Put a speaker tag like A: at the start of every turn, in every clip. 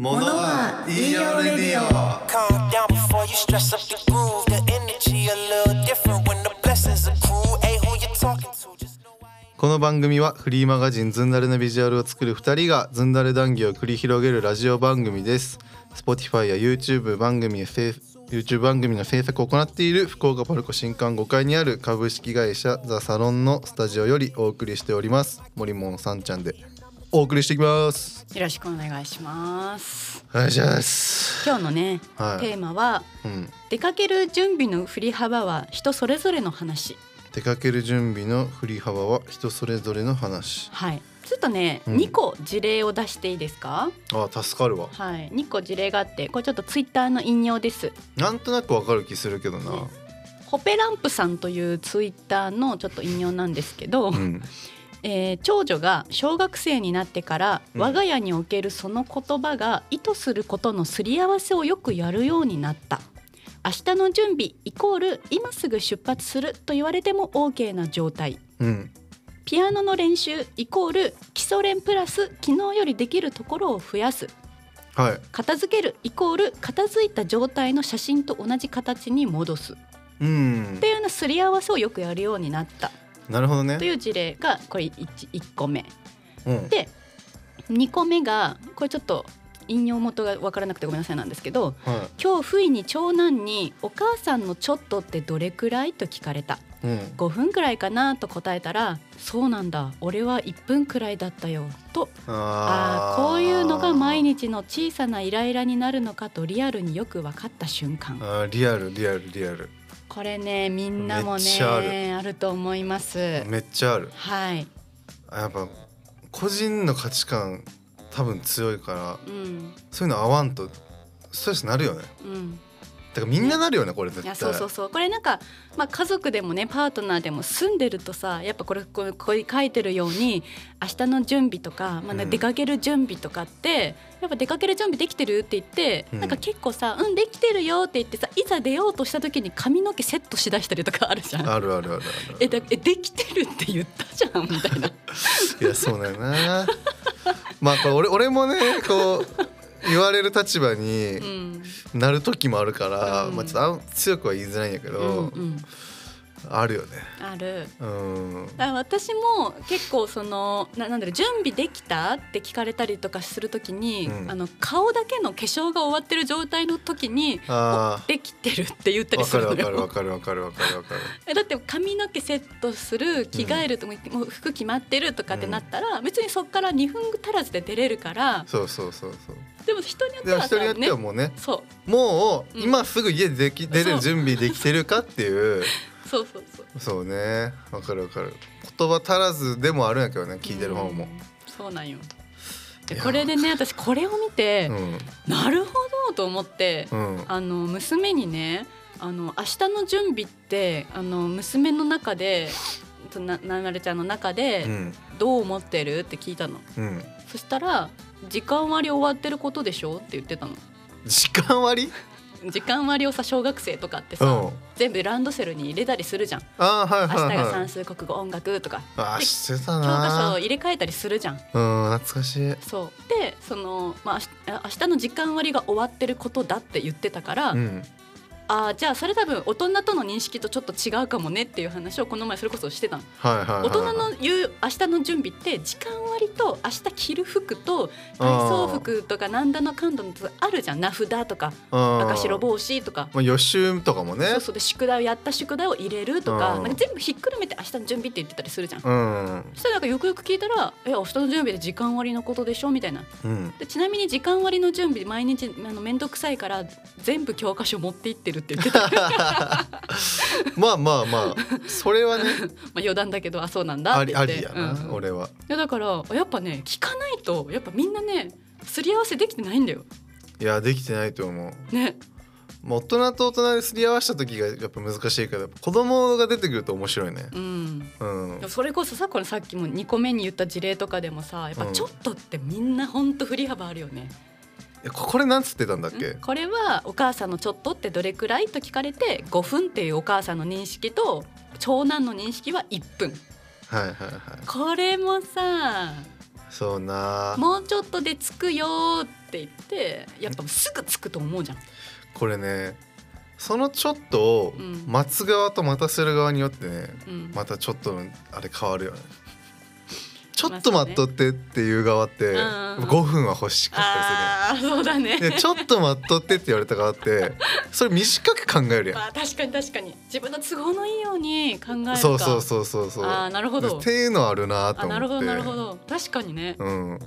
A: ものは言いようレディオ
B: Calm down before you stress up the groove. The energy a little different when the blessings accrue. Hey, who you talking to? Just know I
A: この番組はフリーマガジンズンダレのビジュアルを作る2人がズンダレ談義を繰り広げるラジオ番組です Spotify や YouTube 番組や制 YouTube 番組の制作を行っている福岡パルコ新館5階にある株式会社ザ・サロンのスタジオよりお送りしております森もんさんちゃんでお送りしていきます
C: よろしくお願いします。
A: お願いします
C: 今日のね、
A: はい
C: テーマは
A: うん、
C: 出かける準備の振り幅は人それぞれの話。
A: 出かける準備の振り幅は人それぞれの話
C: はい。ちょっとね、
A: うん
C: 二個事例を出していいですか？
A: あ助かるわ
C: はい。二個事例があって、これちょっとツイッターの引用です。
A: なんとなくわかる気するけどな
C: ホペランプさんというツイッターのちょっと引用なんですけど、
A: うん
C: えー長女が小学生になってから、
A: うん
C: 我が家におけるその言葉が意図することのすり合わせをよくやるようになった明日の準備イコール今すぐ出発すると言われても OK な状態
A: うん
C: ピアノの練習イコール基礎練プラス昨日よりできるところを増やす
A: はい
C: 片付けるイコール片付いた状態の写真と同じ形に戻すっ
A: うん
C: ていうようなすり合わせをよくやるようになった
A: なるほどね
C: という事例がこれ 1, 1個目
A: うん
C: で2個目がこれちょっと引用元が分からなくてごめんなさいなんですけど
A: は
C: 今日不意に長男に「お母さんのちょっとってどれくらい?」と聞かれた
A: いうん
C: 「5分くらいかな?」と答えたら「そうなんだ俺は1分くらいだったよ」とああ
A: ー
C: こういうのが毎日の小さなイライラになるのかとリアルによく分かった瞬間
A: あーリアルリアルリアル
C: これねみんなも
A: めっちゃあ
C: ねあると思います。
A: めっちゃある
C: はい、
A: あやっぱ個人の価値観多分強いから
C: うん
A: そういうの合わんとストレスなるよね
C: うん
A: だからみんななるよねこれ絶
C: い
A: 対
C: やそうそうそうこれなんか、まあ、家族でもねパートナーでも住んでるとさやっぱこれこうこう書いてるように明日の準備とか、まあ
A: う
C: ね、
A: ん
C: 出かける準備とかって、やっぱ出かける準備できてるって言って、
A: うん
C: なんか結構さ「うんできてるよ」って言ってさいざ出ようとした時に髪の毛セットしだしたりとかあるじゃん。
A: あるあるあるある
C: えだえできてるって言ったじゃんみた いな。
A: いやそうだよな まあこれ俺俺もねこう言われる立場に
C: うん
A: なる時もあるから、
C: うん
A: まあちょっとあん強くは言いづらいんやけ
C: うん
A: ど、
C: うん、
A: あるよね
C: ある。
A: うん
C: だから私も結構そのななんだろう準備できたって聞かれたりとかするときに、
A: うん
C: あの顔だけの化粧が終わってる状態の時に
A: あ
C: できてるって言った
A: あ
C: り
A: わ
C: す
A: か
C: る
A: る
C: の
A: わかるわ
C: よ。
A: かるわかるわかるわかる
C: えだって髪の毛セットする着替えるともう服決まってるとかってなったら、別にそこから2分足らずで出れるから
A: そうそうそうそう
C: でも人によって
A: で
C: は
A: 人によ
C: さ、
A: って
C: ね
A: は、もうね
C: そ
A: もう
C: うん
A: 今すぐ家でき出れ
C: そ
A: る
C: う
A: 準備できてるかって いう
C: うそうそうそう
A: そうねわかるわかる言葉足らずでもあるんやけどね聞いてる方も
C: うんそうなんよで
A: いや
C: これでね私これを見て、
A: うん
C: なるほどと思って、
A: うん
C: あの娘にねあの明日の準備ってあの娘の中でとなななるちゃんの中
A: う
C: で
A: ん
C: どう思ってるって聞いたの
A: うん
C: そしたら「時間割り終わってることでしょ?」って言ってたの
A: 時間割
C: 時間割をさ小学生とかって
A: う
C: さ、
A: ん
C: 全部ランドセルに入れたりするじゃん
A: あーはい
C: 明
A: は
C: 日
A: い
C: が
A: はい
C: 算数国語音楽とか
A: あーしてた
C: 教科書を
A: な
C: 入れ替えたりするじゃん
A: うん懐かしい
C: そうでその、まああし、あ明日の時間割が終わってることだって言ってたから、
A: うん
C: あーじゃあそれ多分大人との認識とちょっと違うかもねっていう話をこの前それこそしてたの
A: はいはいはいはい
C: 大人の言う明日の準備って時間割と明日着る服と体操服とかなんだのかんだのとかあるじゃん名札とか
A: うん
C: 赤白帽子とか。
A: まあ予習とかもね
C: そうそうで宿題をやった宿題を入れると
A: う
C: か
A: ん
C: なんか全部ひっくるめて明日の準備って言ってたりするじゃん。
A: うん
C: そしたらなんかよくよく聞いたら「え明日の準備で時間割のことでしょ」みたいな
A: うん
C: でちなみに時間割の準備毎日あの面倒くさいから全部教科書持って行ってるって言ってたま
A: まあまあまあそれはね
C: あ余談 だけどあそうなんだ
A: あ
C: って
A: り
C: 言
A: あ
C: って
A: りやな、
C: うん
A: 俺はい
C: やだからやっぱね聞かないとやっぱみんなねすり合わせできてないんだよ
A: いやできてないと思う
C: ね
A: もう大人と大人ですり合わせた時がやっぱ難しいから子供が出てくると面白いね
C: うん
A: うん
C: でもそれこそさこのさっきも2個目に言った事例とかでもさやっぱ
A: うん
C: ちょっとってみんなほんと振り幅あるよね、
A: えここれなんつってたんだっけ
C: んこれはお母さんのちょっとってどれくらいと聞かれて5分っていうお母さんの認識と長男の認識は1分
A: はいはいはい
C: これもさ
A: そうな
C: もうちょっとで着くよーって言ってやっぱすぐ着くと思うじゃん
A: これねそのちょっとを
C: うん
A: 待つ側と待たせる側によってね
C: うん
A: またちょっとのあれ変わる よねちょっと待っとってっていう側って
C: うんうんうん
A: 5分は欲しかった
C: ああそうだね
A: りするやんでちょっと待っとってって言われた側ってそれ短く考えるやん
C: まあ確かに確かに自分の都合のいいように考えるか
A: そうそうそうそうそう
C: ああなるほど
A: っていうのあるなと思って
C: あなるほどなるほど確かにね、
A: うん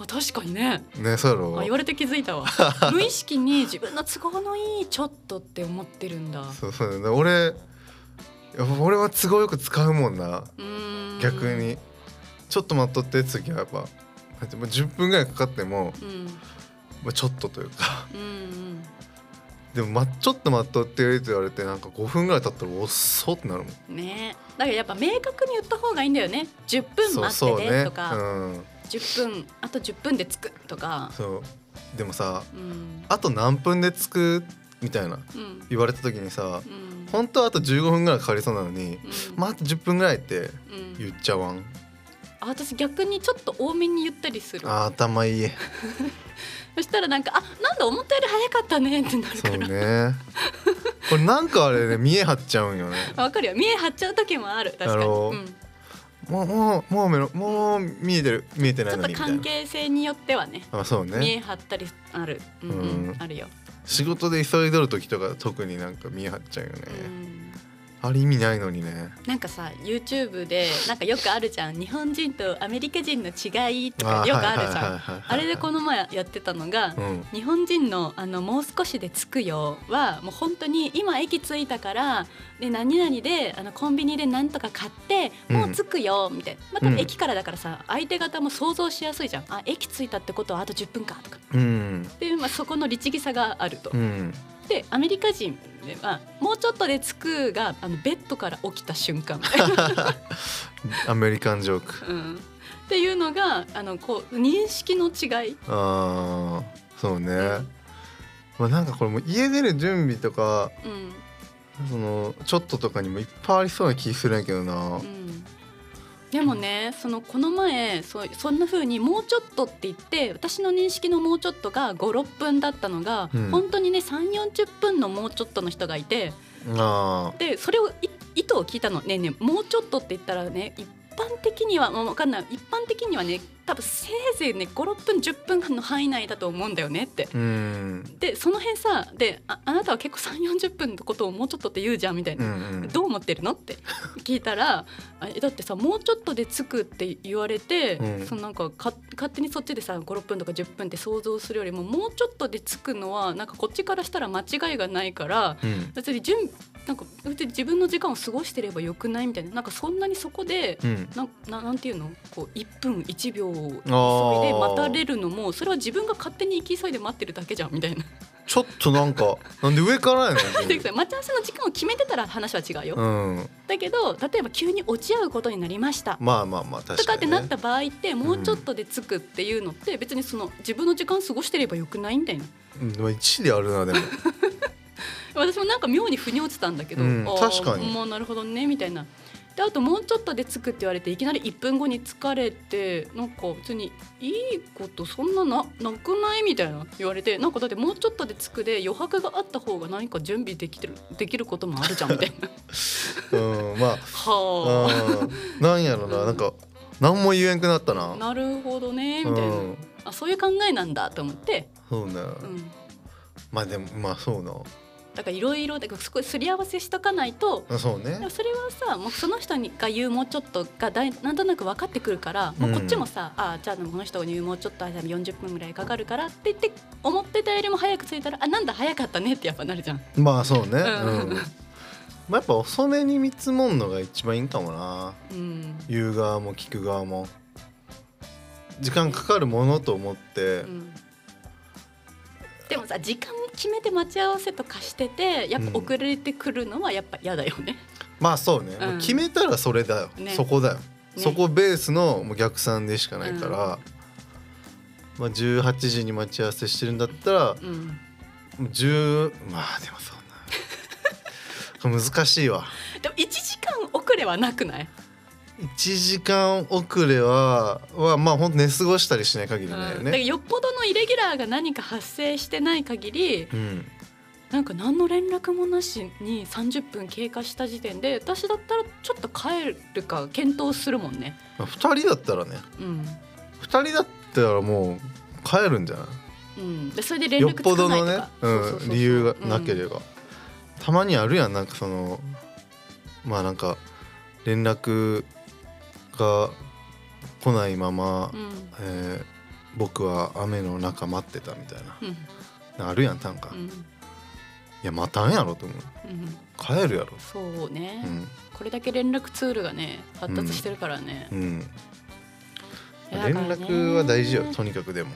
C: あ確かにね
A: ねそうやろ
C: あ言われて気づいた わ無意識に自分の都合のいいちょっとって思ってるんだ
A: そうそうだね俺やっぱ俺は都合よく使うもんな
C: うーん
A: 逆にちょっと待っとって次はやっぱだってもう10分ぐらいかかっても、
C: うん
A: まあ、ちょっとというか
C: うんうん
A: でも、ま、ちょっと待っとってよりと言われてなんか5分ぐらい経ったら遅ってなるもん
C: ねだからやっぱ明確に言った方がいいんだよね10分待
A: そうそ
C: っ
A: う
C: て
A: ね
C: ねとか
A: うん、
C: 10分あと10分で着くとか
A: そうでもさ
C: うん
A: あと何分で着くみたいな
C: うん
A: 言われた時にさ
C: うん
A: 本当はあと15分ぐらいかかりそうなのに、
C: うん
A: まあ、あと10分ぐらいって
C: うん
A: 言っちゃわん
C: あ私逆にちょっと多めに言ったりする
A: あー頭いい
C: そしたらなんか「あなんだ思ったより早かったね」ってなる
A: そ
C: か
A: う
C: ら。
A: ねこれなんかあれね見え張っちゃうんよね
C: わかるよ見え張っちゃう時もある確か
A: だ
C: に、
A: ろう
C: うん、ち
A: もうもうもう目のもう見えてる見えてない
C: ょっ
A: の
C: と
A: にみたい
C: 関
A: な
C: 係性によってはね
A: あそう
C: 見え
A: ね
C: 張ったりある、うんうん
A: うん
C: あるよ、
A: 仕事で急いどる時とか特になんか見え張っちゃうよね、
C: うん、
A: あれ意味ないのにね
C: なんかさ YouTube でなんかよくあるじゃん日本人とアメリカ人の違いと
A: あ
C: か
A: ー
C: よくある
A: は
C: じ
A: い
C: ゃ
A: はいはい
C: ん
A: はいはい
C: あれでこの前やってたのが、
A: うん
C: 日本人のあの「もう少しで着くよ」はもう本当に今駅着いたからで何々であのコンビニで何とか買って
A: うん
C: もう着くよみたいな、ま
A: う
C: た
A: ん
C: 駅からだからさ相手方も想像しやすいじゃんあ駅着いたってことはあと10分かとか
A: うん
C: っていう、まあ、そこの律儀さがあると。
A: うん
C: でアメリカ人はもうちょっとで着くがあのベッドから起きた瞬間、
A: アメリカンジョーク
C: うん、っていうのがあのこう認識の違い。
A: あーそうね、まあ、なんかこれもう家出る準備とか
C: うん
A: そのちょっととかにもいっぱいありそうな気するんやけどな
C: うんでもねそのこの前そうそんな風にもうちょっとって言って私の認識のもうちょっとが56分だったのが、
A: うん
C: 本当にね3 4 0分のもうちょっとの人がいて
A: あ
C: でそれをい意図を聞いたのねえねえもうちょっとって言ったらね一般的にはもう分かんない一般的にはね多分せいぜいね56分10分の範囲内だと思うんだよねって。
A: ーうん
C: でその辺さでああなたは結構3 4 0分のことをもうちょっとって言うじゃんみたいな
A: う。んうん
C: どう思ってるのって聞いたら「あえだってさもうちょっとで着く」って言われて、
A: うん
C: そのなんかか勝手にそっちでさ56分とか10分って想像するよりももうちょっとで着くのはなんかこっちからしたら間違いがないから
A: うん
C: 別に準なんか別に自分の時間を過ごしてればよくないみたいななんかそんなにそこで。
A: うん
C: なんななんていうのこう1分1秒を急い
A: あ
C: で
A: ー
C: 待たれるのもそれは自分が勝手に行き急いで待ってるだけじゃんみたいな
A: ちょっとなんかなんで上からやね
C: で 待ち合わせの時間を決めてたら話は違うよ、
A: ん。うん。
C: だけど例えば急に落ち合うことになりました
A: まあまあまあ
C: と
A: 確
C: か
A: か
C: って
A: に、ね。
C: なった場合ってもうちょっとで着くっていうのって別にその自分の時間過ごしてればよくないみたいな
A: うんでも一理あるな でも。
C: 私もなんか妙に腑に落ちたんだけど、
A: うん
C: あー
A: 確かに
C: もうなるほどねみたいなであともうちょっとで着くって言われていきなり1分後に疲れてなんか別にいいことそんなななくないみたいな言われてなんかだってもうちょっとで着くで余白があった方が何か準備できてるできることもあるじゃんみたいな。
A: うんま
C: はあ
A: あ。うん。なんやろななんか何も言えんくなったな。
C: なるほどね
A: う
C: みたいな、
A: ん。
C: あそういう考えなんだと思って、
A: そうね。
C: うん、
A: まあでもまあそうな。
C: だからいろいろだからすごいすり合わせしとかないと。
A: あそう
C: で
A: ね
C: も。それはさもうその人にが言うもうちょっとがだいなんとなく分かってくるから、もうこっちもさあーじゃあこの人に言うもうちょっとあじゃあ40分ぐらいかかるからって言って思ってたよりも早く着いたらあなんだ早かったねってやっぱなるじゃん。
A: まあそうね。
C: うん
A: うん。まあやっぱ遅めに見積もんのが一番いいんかもな。
C: うん
A: 言う側も聞く側も。時間かかるものと思って
C: う、んでもさ時間決めて待ち合わせとかしててやっぱ遅れてくるのはやっぱ嫌だよね。
A: まあそうね、
C: うん
A: 決めたらそれだよ、
C: ね
A: そこだよ、
C: ね
A: そこベースのもう逆算でしかないから、まあ、18時に待ち合わせしてるんだったら
C: うん
A: もう10まあでもそんな難しいわ
C: でも1時間遅れはなくない
A: 1時間遅れははまあ本当寝過ごしたりしない限りだよ
C: だから
A: ね。
C: よっぽどのイレギュラーが何か発生してない限り
A: うん、
C: なんか何の連絡もなしに30分経過した時点で私だったらちょっと帰るか検討するもんね
A: まあ、2人だったらね
C: うん、
A: 2人だったらもう帰るんじゃな
C: うん、でそれで
A: い
C: 連
A: よっ
C: 絡つ
A: ぽ
C: か
A: ど
C: ないと
A: の
C: か
A: ね
C: そうそうそう
A: う
C: そ
A: ん
C: う
A: 理由がなけ
C: うん
A: れば、たまにあるやんなんかそのまあなんか連絡が来ないまま、
C: うん
A: えー僕は雨の中待ってたみたいな
C: うん
A: あるやん短歌、
C: う
A: い
C: ん
A: や待たんやろと思う
C: うん
A: 帰るやろ、
C: そうね、
A: うん
C: これだけ連絡ツールがね発達してるからね
A: う、ん、
C: いやだ
A: 連
C: からね
A: 絡は大事よとにかくでも、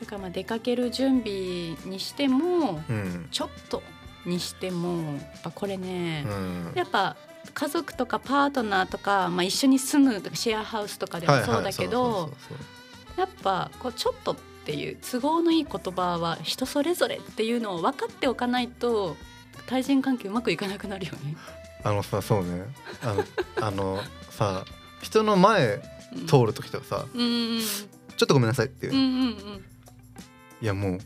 C: だからまあ出かける準備にしても
A: うん
C: ちょっとにしてもやっぱこれね、
A: うん、
C: やっぱ家族とかパートナーとか、まあ、一緒に住むとかシェアハウスとかでもそうだけど、
A: はいはいそうそうそうそう
C: やっぱこうちょっとっていう都合のいい言葉は人それぞれっていうのを分かっておかないと対人関係うまくいかなくなるよね。
A: あのさそうねあのあのさ人の前
C: うん
A: 通る時とかさ
C: うんうん
A: 「ちょっとごめんなさい」っていう、
C: うんう
A: い
C: んうん
A: やもう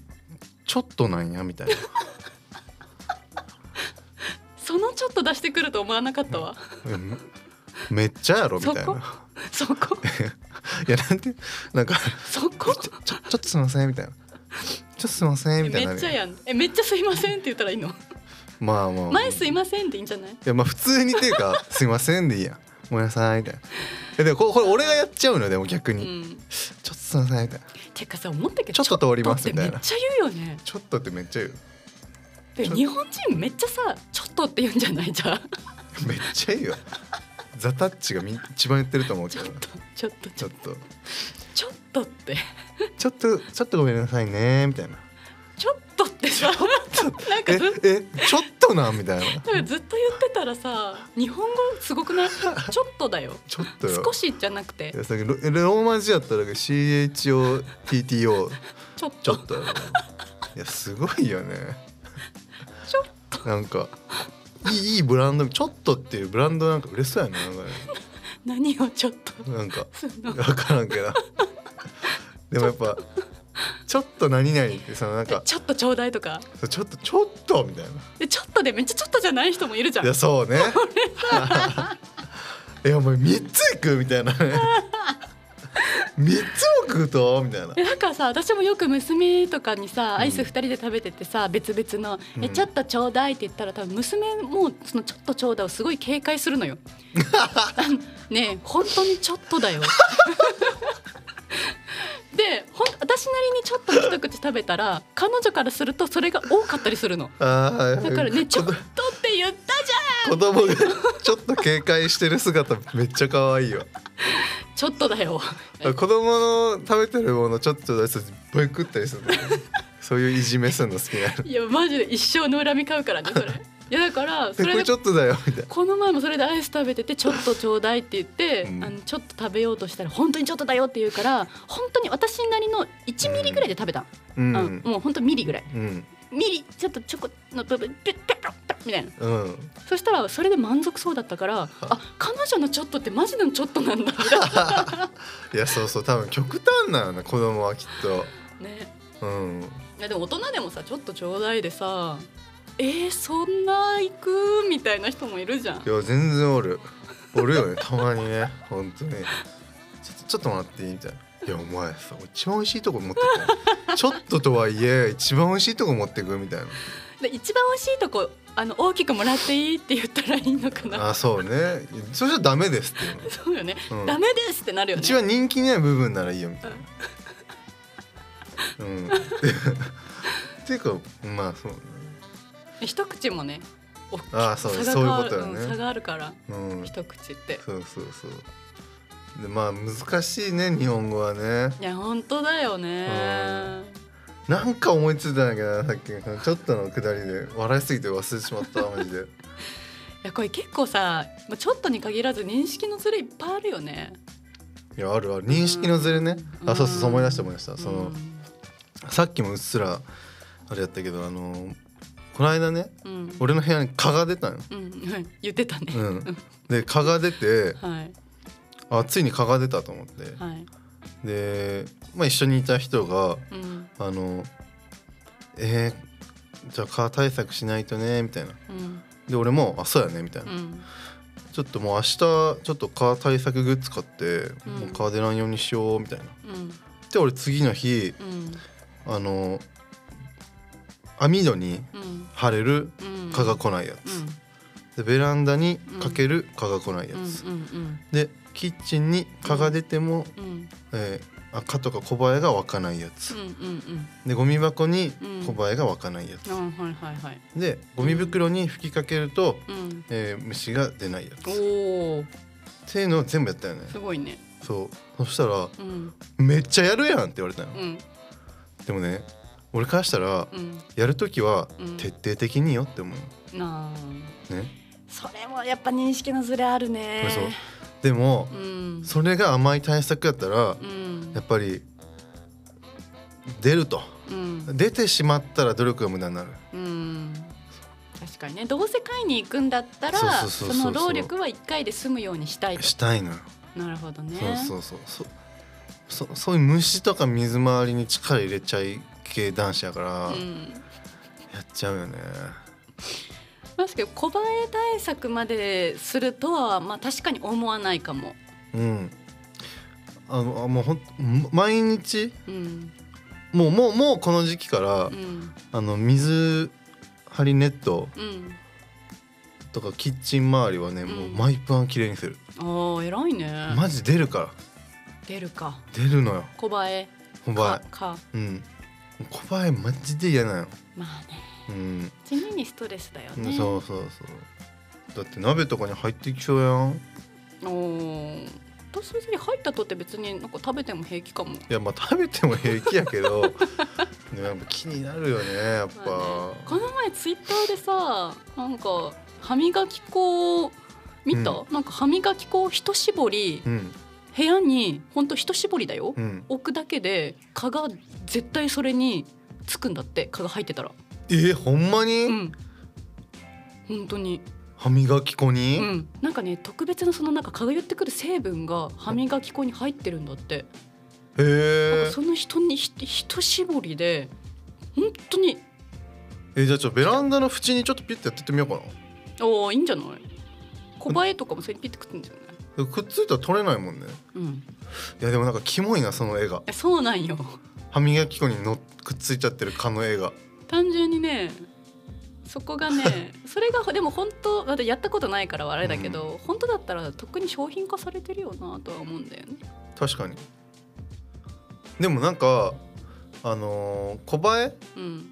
A: ちょっとなんやみたいな
C: そのちょっと出してくると思わなかったわ。
A: うんめっちゃやろみたい
C: そこ
A: な
C: そこ
A: いやなんてなんか
C: そ こ
A: ちょちょちょっとすいませんみたいなちょっとすいません
C: え
A: みたい
C: め
A: な
C: っちゃやんえめっちゃすいませんって言ったらいいの
A: まあまあ
C: 前すいませんでいいんじゃない
A: いやまあ普通にっていう か「すいません」でいいやん「ごめんなさい」みたいなえでもこれこれ俺がやっちゃうのよでも逆
C: う
A: に、
C: ん
A: ちょっとすいませんみたいな
C: てかさ思ったけど
A: ちょっと通りますみたいな
C: ちょっとってめっちゃ言うよね
A: ちょっとってめっちゃ言う
C: で
A: ちょ
C: 日本人めっちゃさちょっとって言うんじゃないじゃあ
A: めっちゃいいよ。ザタッチがみ一番言ってると思うけ
C: ちょ
A: ど
C: っ。とちょっとち
A: ち
C: ょ
A: ょ
C: っ
A: っ
C: と
A: と、
C: ちょっとって
A: ちょっと、ちょっとごめんなさいねみたいな。
C: ちょっとってさなんか
A: え
C: ずっ、
A: え、ちょっとなみたいな。
C: なんかずっと言ってたらさ日本語すごくないちょっとだよ
A: ちょっとよ。
C: 少しじゃなくて
A: いやさっきロローマ字やったら CHOTTO
C: ちょっ
A: ちょ
C: と
A: っといやすごいよね
C: ちょっ
A: なんかいいいいブランドちょっとっていうブランドなんか嬉しそうやねなんかね
C: 何をちょっと
A: なんか
C: すんの
A: 分からんけどでもやっぱちょっと何々ってさなんか
C: ちょっとちょうだいとか
A: そうちょっとちょっとみたいな
C: でちょっとでめっちゃちょっとじゃない人もいるじゃん
A: いやそうね。 えお前三ついくみたいなね。 三つも食うとみたいな。
C: えなんかさ私もよく娘とかにさアイス2人で食べててさ、別々の、
A: うん
C: え「ちょっとちょうだい」って言ったら多分娘もその「ちょっとちょうだい」をすごい警戒す るのよ。あねえ本当にちょっとだ よ。でほん私なりにちょっと一口食べたら彼女からするとそれが多かったりするの。
A: ああ
C: だからね「ちょっと」って言ったじゃ
A: 子
C: ん
A: 供がちょっと警戒してる姿めっちゃ可愛いよ。
C: ちょっとだよ。
A: 子供の食べてるものちょっとだけボイ食ったり するのね。そういういじめするの好きなの。
C: いやマジで一生の恨み買うからねそれ。いやだから
A: でこ
C: それで
A: れちょっとだよみたいな。
C: この前もそれでアイス食べてて「ちょっとちょうだい」って言って、
A: うん
C: あのちょっと食べようとしたら「本当にちょっとだよ」って言うから本当に私なりの1ミリぐらいで食べた、
A: う
C: うん
A: ん。
C: もう本当ミリぐらい
A: うん。
C: ミリちょっとチョコの部分ペッペッペッペッみたいな
A: うん。
C: そしたらそれで満足そうだったからあ彼女の「ちょっと」ってマジでの「ちょっと」なんだみたい
A: いやそうそう多分極端なよね子供はきっ
C: なね
A: と。うん。
C: いやでも大人でもさ「ちょっとちょうだい」でさ「えー、そんな行く?」みたいな人もいるじゃ
A: い。
C: ん
A: や全然おるおるよねたまにね本当にちょっとちょっともらっていいみたいないやお前さ一番美味しいとこ持ってくちょっととはいえ一番美味しいとこ持ってくみたい
C: で一番美味しいとこあの大きくもらっていいって言ったらいいのかな
A: なあそうねそれじゃダメですっていうの
C: そうよね、
A: うん
C: ダメですってなるよね
A: 一番人気ない部分ならいいよみたいなうん っていうかまあそうね
C: 一口もね大きい
A: あーそう
C: 差がある
A: そういうことだよね
C: ん差があるから
A: うん
C: 一口って
A: そうそうそうでまあ難しいね日本語はね
C: いや本当だよね
A: なんか思いついたんだけどなさっきのちょっとのくだりで笑いすぎて忘れてしまったマジで
C: いやこれ結構さまあちょっとに限らず認識のズレいっぱいあるよね
A: いやあるある認識のズレね、あそうそうそう思い出した思い出した、そのさっきもうっすらあれやったけどあのこの間ね
C: うん、うん
A: 俺の部屋に蚊が出たのよ、
C: うんはい言ってたね、
A: うん、で蚊が出て
C: はい
A: あついに蚊が出たと思って
C: はい
A: で、まあ、一緒にいた人が
C: うん
A: あのえー、じゃあ蚊対策しないとねみたいな
C: うん
A: で俺もあそうやねみたいうな、
C: ん
A: ちょっともう明日ちょっと蚊対策グッズ買って、
C: うん
A: もう蚊出ないようにしようみたいな
C: うん
A: で俺次の日
C: うん
A: あの網戸に
C: うん
A: 貼れる
C: うん
A: 蚊が来ないや
C: う
A: つ、
C: ん
A: でベランダにかける蚊が来ないや
C: うん
A: つ、
C: うん
A: でキッチンに蚊が出ても、
C: うんうん
A: えーあ蚊とかコバエが湧かないやつ、
C: うんうん
A: でゴミ箱に
C: うん
A: コバエが湧かないやつ、
C: うんあはいはいはい
A: でゴミ袋に吹きかけると、
C: うん
A: えー虫が出ないやつ、っ
C: おお
A: ていうのを全部やったよね
C: すごいね
A: そうそしたら
C: うん
A: 「めっちゃやるやん!」って言われたの、
C: うん
A: でもね俺からしたら、
C: うん
A: やる時は
C: うん
A: 徹底的によって思う
C: なあ
A: ね、
C: それもやっぱ認識のズレあるね
A: そうでも、
C: うん
A: それが甘い対策やったら、
C: うん
A: やっぱり出ると
C: うん
A: 出てしまったら努力が無駄になる
C: うん確かにねどうせ買いに行くんだったら
A: そうそうそう
C: そ
A: そうそ
C: の
A: う
C: 労力は1回で済むようにしたいと
A: したいのよ、
C: なるほどね
A: そうそうそうそそそういう虫とか水回りに力入れちゃい系男子やから、や
C: ん、
A: っちゃうよね
C: 確かに小バエ対策までするとは、まあ、確かに思わないかも、
A: うんあのあもうほん毎日
C: うん
A: もうもうもうこの時期から、
C: うん
A: あの水張りネット
C: うん、
A: とかキッチン周りはね、もううん毎晩綺麗にする
C: ああ偉いね、
A: マジ出るから
C: 出るか
A: 出るのよ
C: 小バエ
A: コバ
C: かか
A: エうんコバエマジで嫌なの
C: まあね
A: うん、
C: 地味にストレスだよね
A: そうそうそうだって鍋とかに入ってきちゃうやん
C: おー私別に入ったとって別になんか食べても平気かも
A: いやまあ食べても平気やけ どでもやっぱ気になるよねやっぱ、
C: まあねこの前ツイッターでさなんか歯磨き粉を見た、
A: う
C: なんか歯磨き粉を一絞り
A: うん
C: 部屋にほんと一絞りだよ、
A: うん
C: 置くだけで蚊が絶対それにつくんだって蚊が入ってたら
A: えー、ほんまに、
C: うん本当に
A: 歯磨き粉に、
C: うんなんかね特別なそのなんか蚊が寄ってくる成分が歯磨き粉に入ってるんだって
A: へ
C: なん
A: え
C: かその人にひ一絞りで本当に
A: えじゃあちょベランダの縁にちょっとピュッてやってってみようか
C: ああいいんじゃない小バエとかもそれにピッてくっつんじゃない
A: なくっついたら取れないもんね
C: うん
A: いやでもなんかキモいなその絵が
C: えそうなんよ
A: 歯磨き粉にのっくっついちゃってる蚊の絵が
C: 単純にねそこが ねそれがでも本当まだやったことないからあれだけど、本当だったらとっくに商品化されてるよなとは思うんだよね
A: 確かにでもなんかあのー、コバエ
C: うん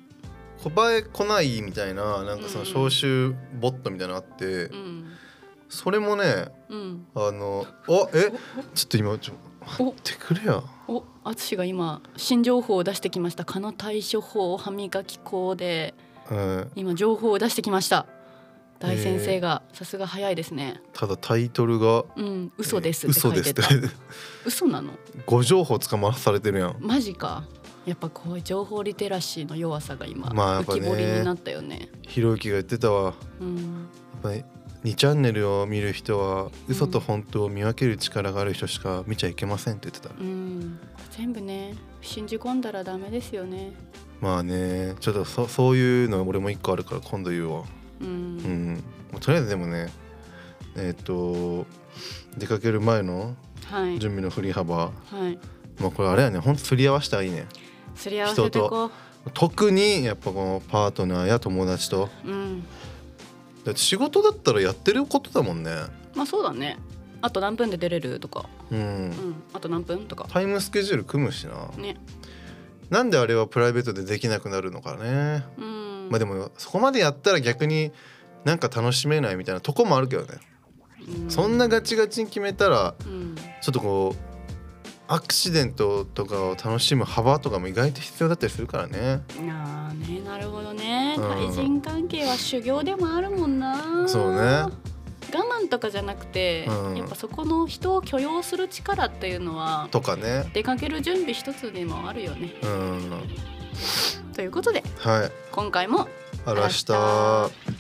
A: コバエ来ないみたいななんかその
C: うんうん
A: 消臭ボットみたいなのあって、
C: うん
A: それもね
C: うん
A: あのあえちょっと今ちょ待ってくれや
C: お淳が今新情報を出してきました蚊の対処法歯磨き粉で
A: うん
C: 今情報を出してきました大先生がさすが早いですね
A: ただタイトルが
C: うん嘘です
A: えー
C: って書
A: 嘘
C: い
A: で
C: て
A: す
C: た、
A: って
C: 嘘なの
A: ご情報捕まらされてるやん
C: マジかやっぱこういう情報リテラシーの弱さが今
A: まあやっ
C: 浮
A: ぱ
C: き
A: ね
C: 彫りになったよね,、
A: ひろゆきが言ってたわ
C: うん
A: やっぱり2チャンネルを見る人は嘘と本当を見分ける力がある人しか見ちゃいけませんって言ってた、
C: うん全部ね信じ込んだらダメですよね
A: まあねちょっとそそういうの俺も一個あるから今度言うわ
C: うん、
A: うんとりあえずでもねえっ、と出かける前の
C: はい
A: 準備の振り幅
C: はい
A: まあこれあれやねほんとすり合わせたらいいね
C: すり合わせてこ
A: 特にやっぱこのパートナーや友達と
C: ううん
A: だって仕事だったらやってることだもんね
C: まあそうだねあと何分で出れるとか
A: うん
C: うんあと何分とか
A: タイムスケジュール組むしな
C: ね
A: なんであれはプライベートでできなくなるのかね
C: うん
A: まあでもそこまでやったら逆になんか楽しめないみたいなとこもあるけどね、
C: うん
A: そんなガチガチに決めたら
C: うん
A: ちょっとこうアクシデントとかを楽しむ幅とかも意外と必要だったりするからね
C: なあねなるほどね
A: うん
C: 対人関係は修行でもあるもんな
A: そうね
C: 我慢とかじゃなくて、
A: うん
C: やっぱそこの人を許容する力っていうのは
A: とかね
C: 出かける準備一つでもあるよね
A: うん
C: ということで
A: はい
C: 今回も
A: あらし
C: あら
A: た
C: し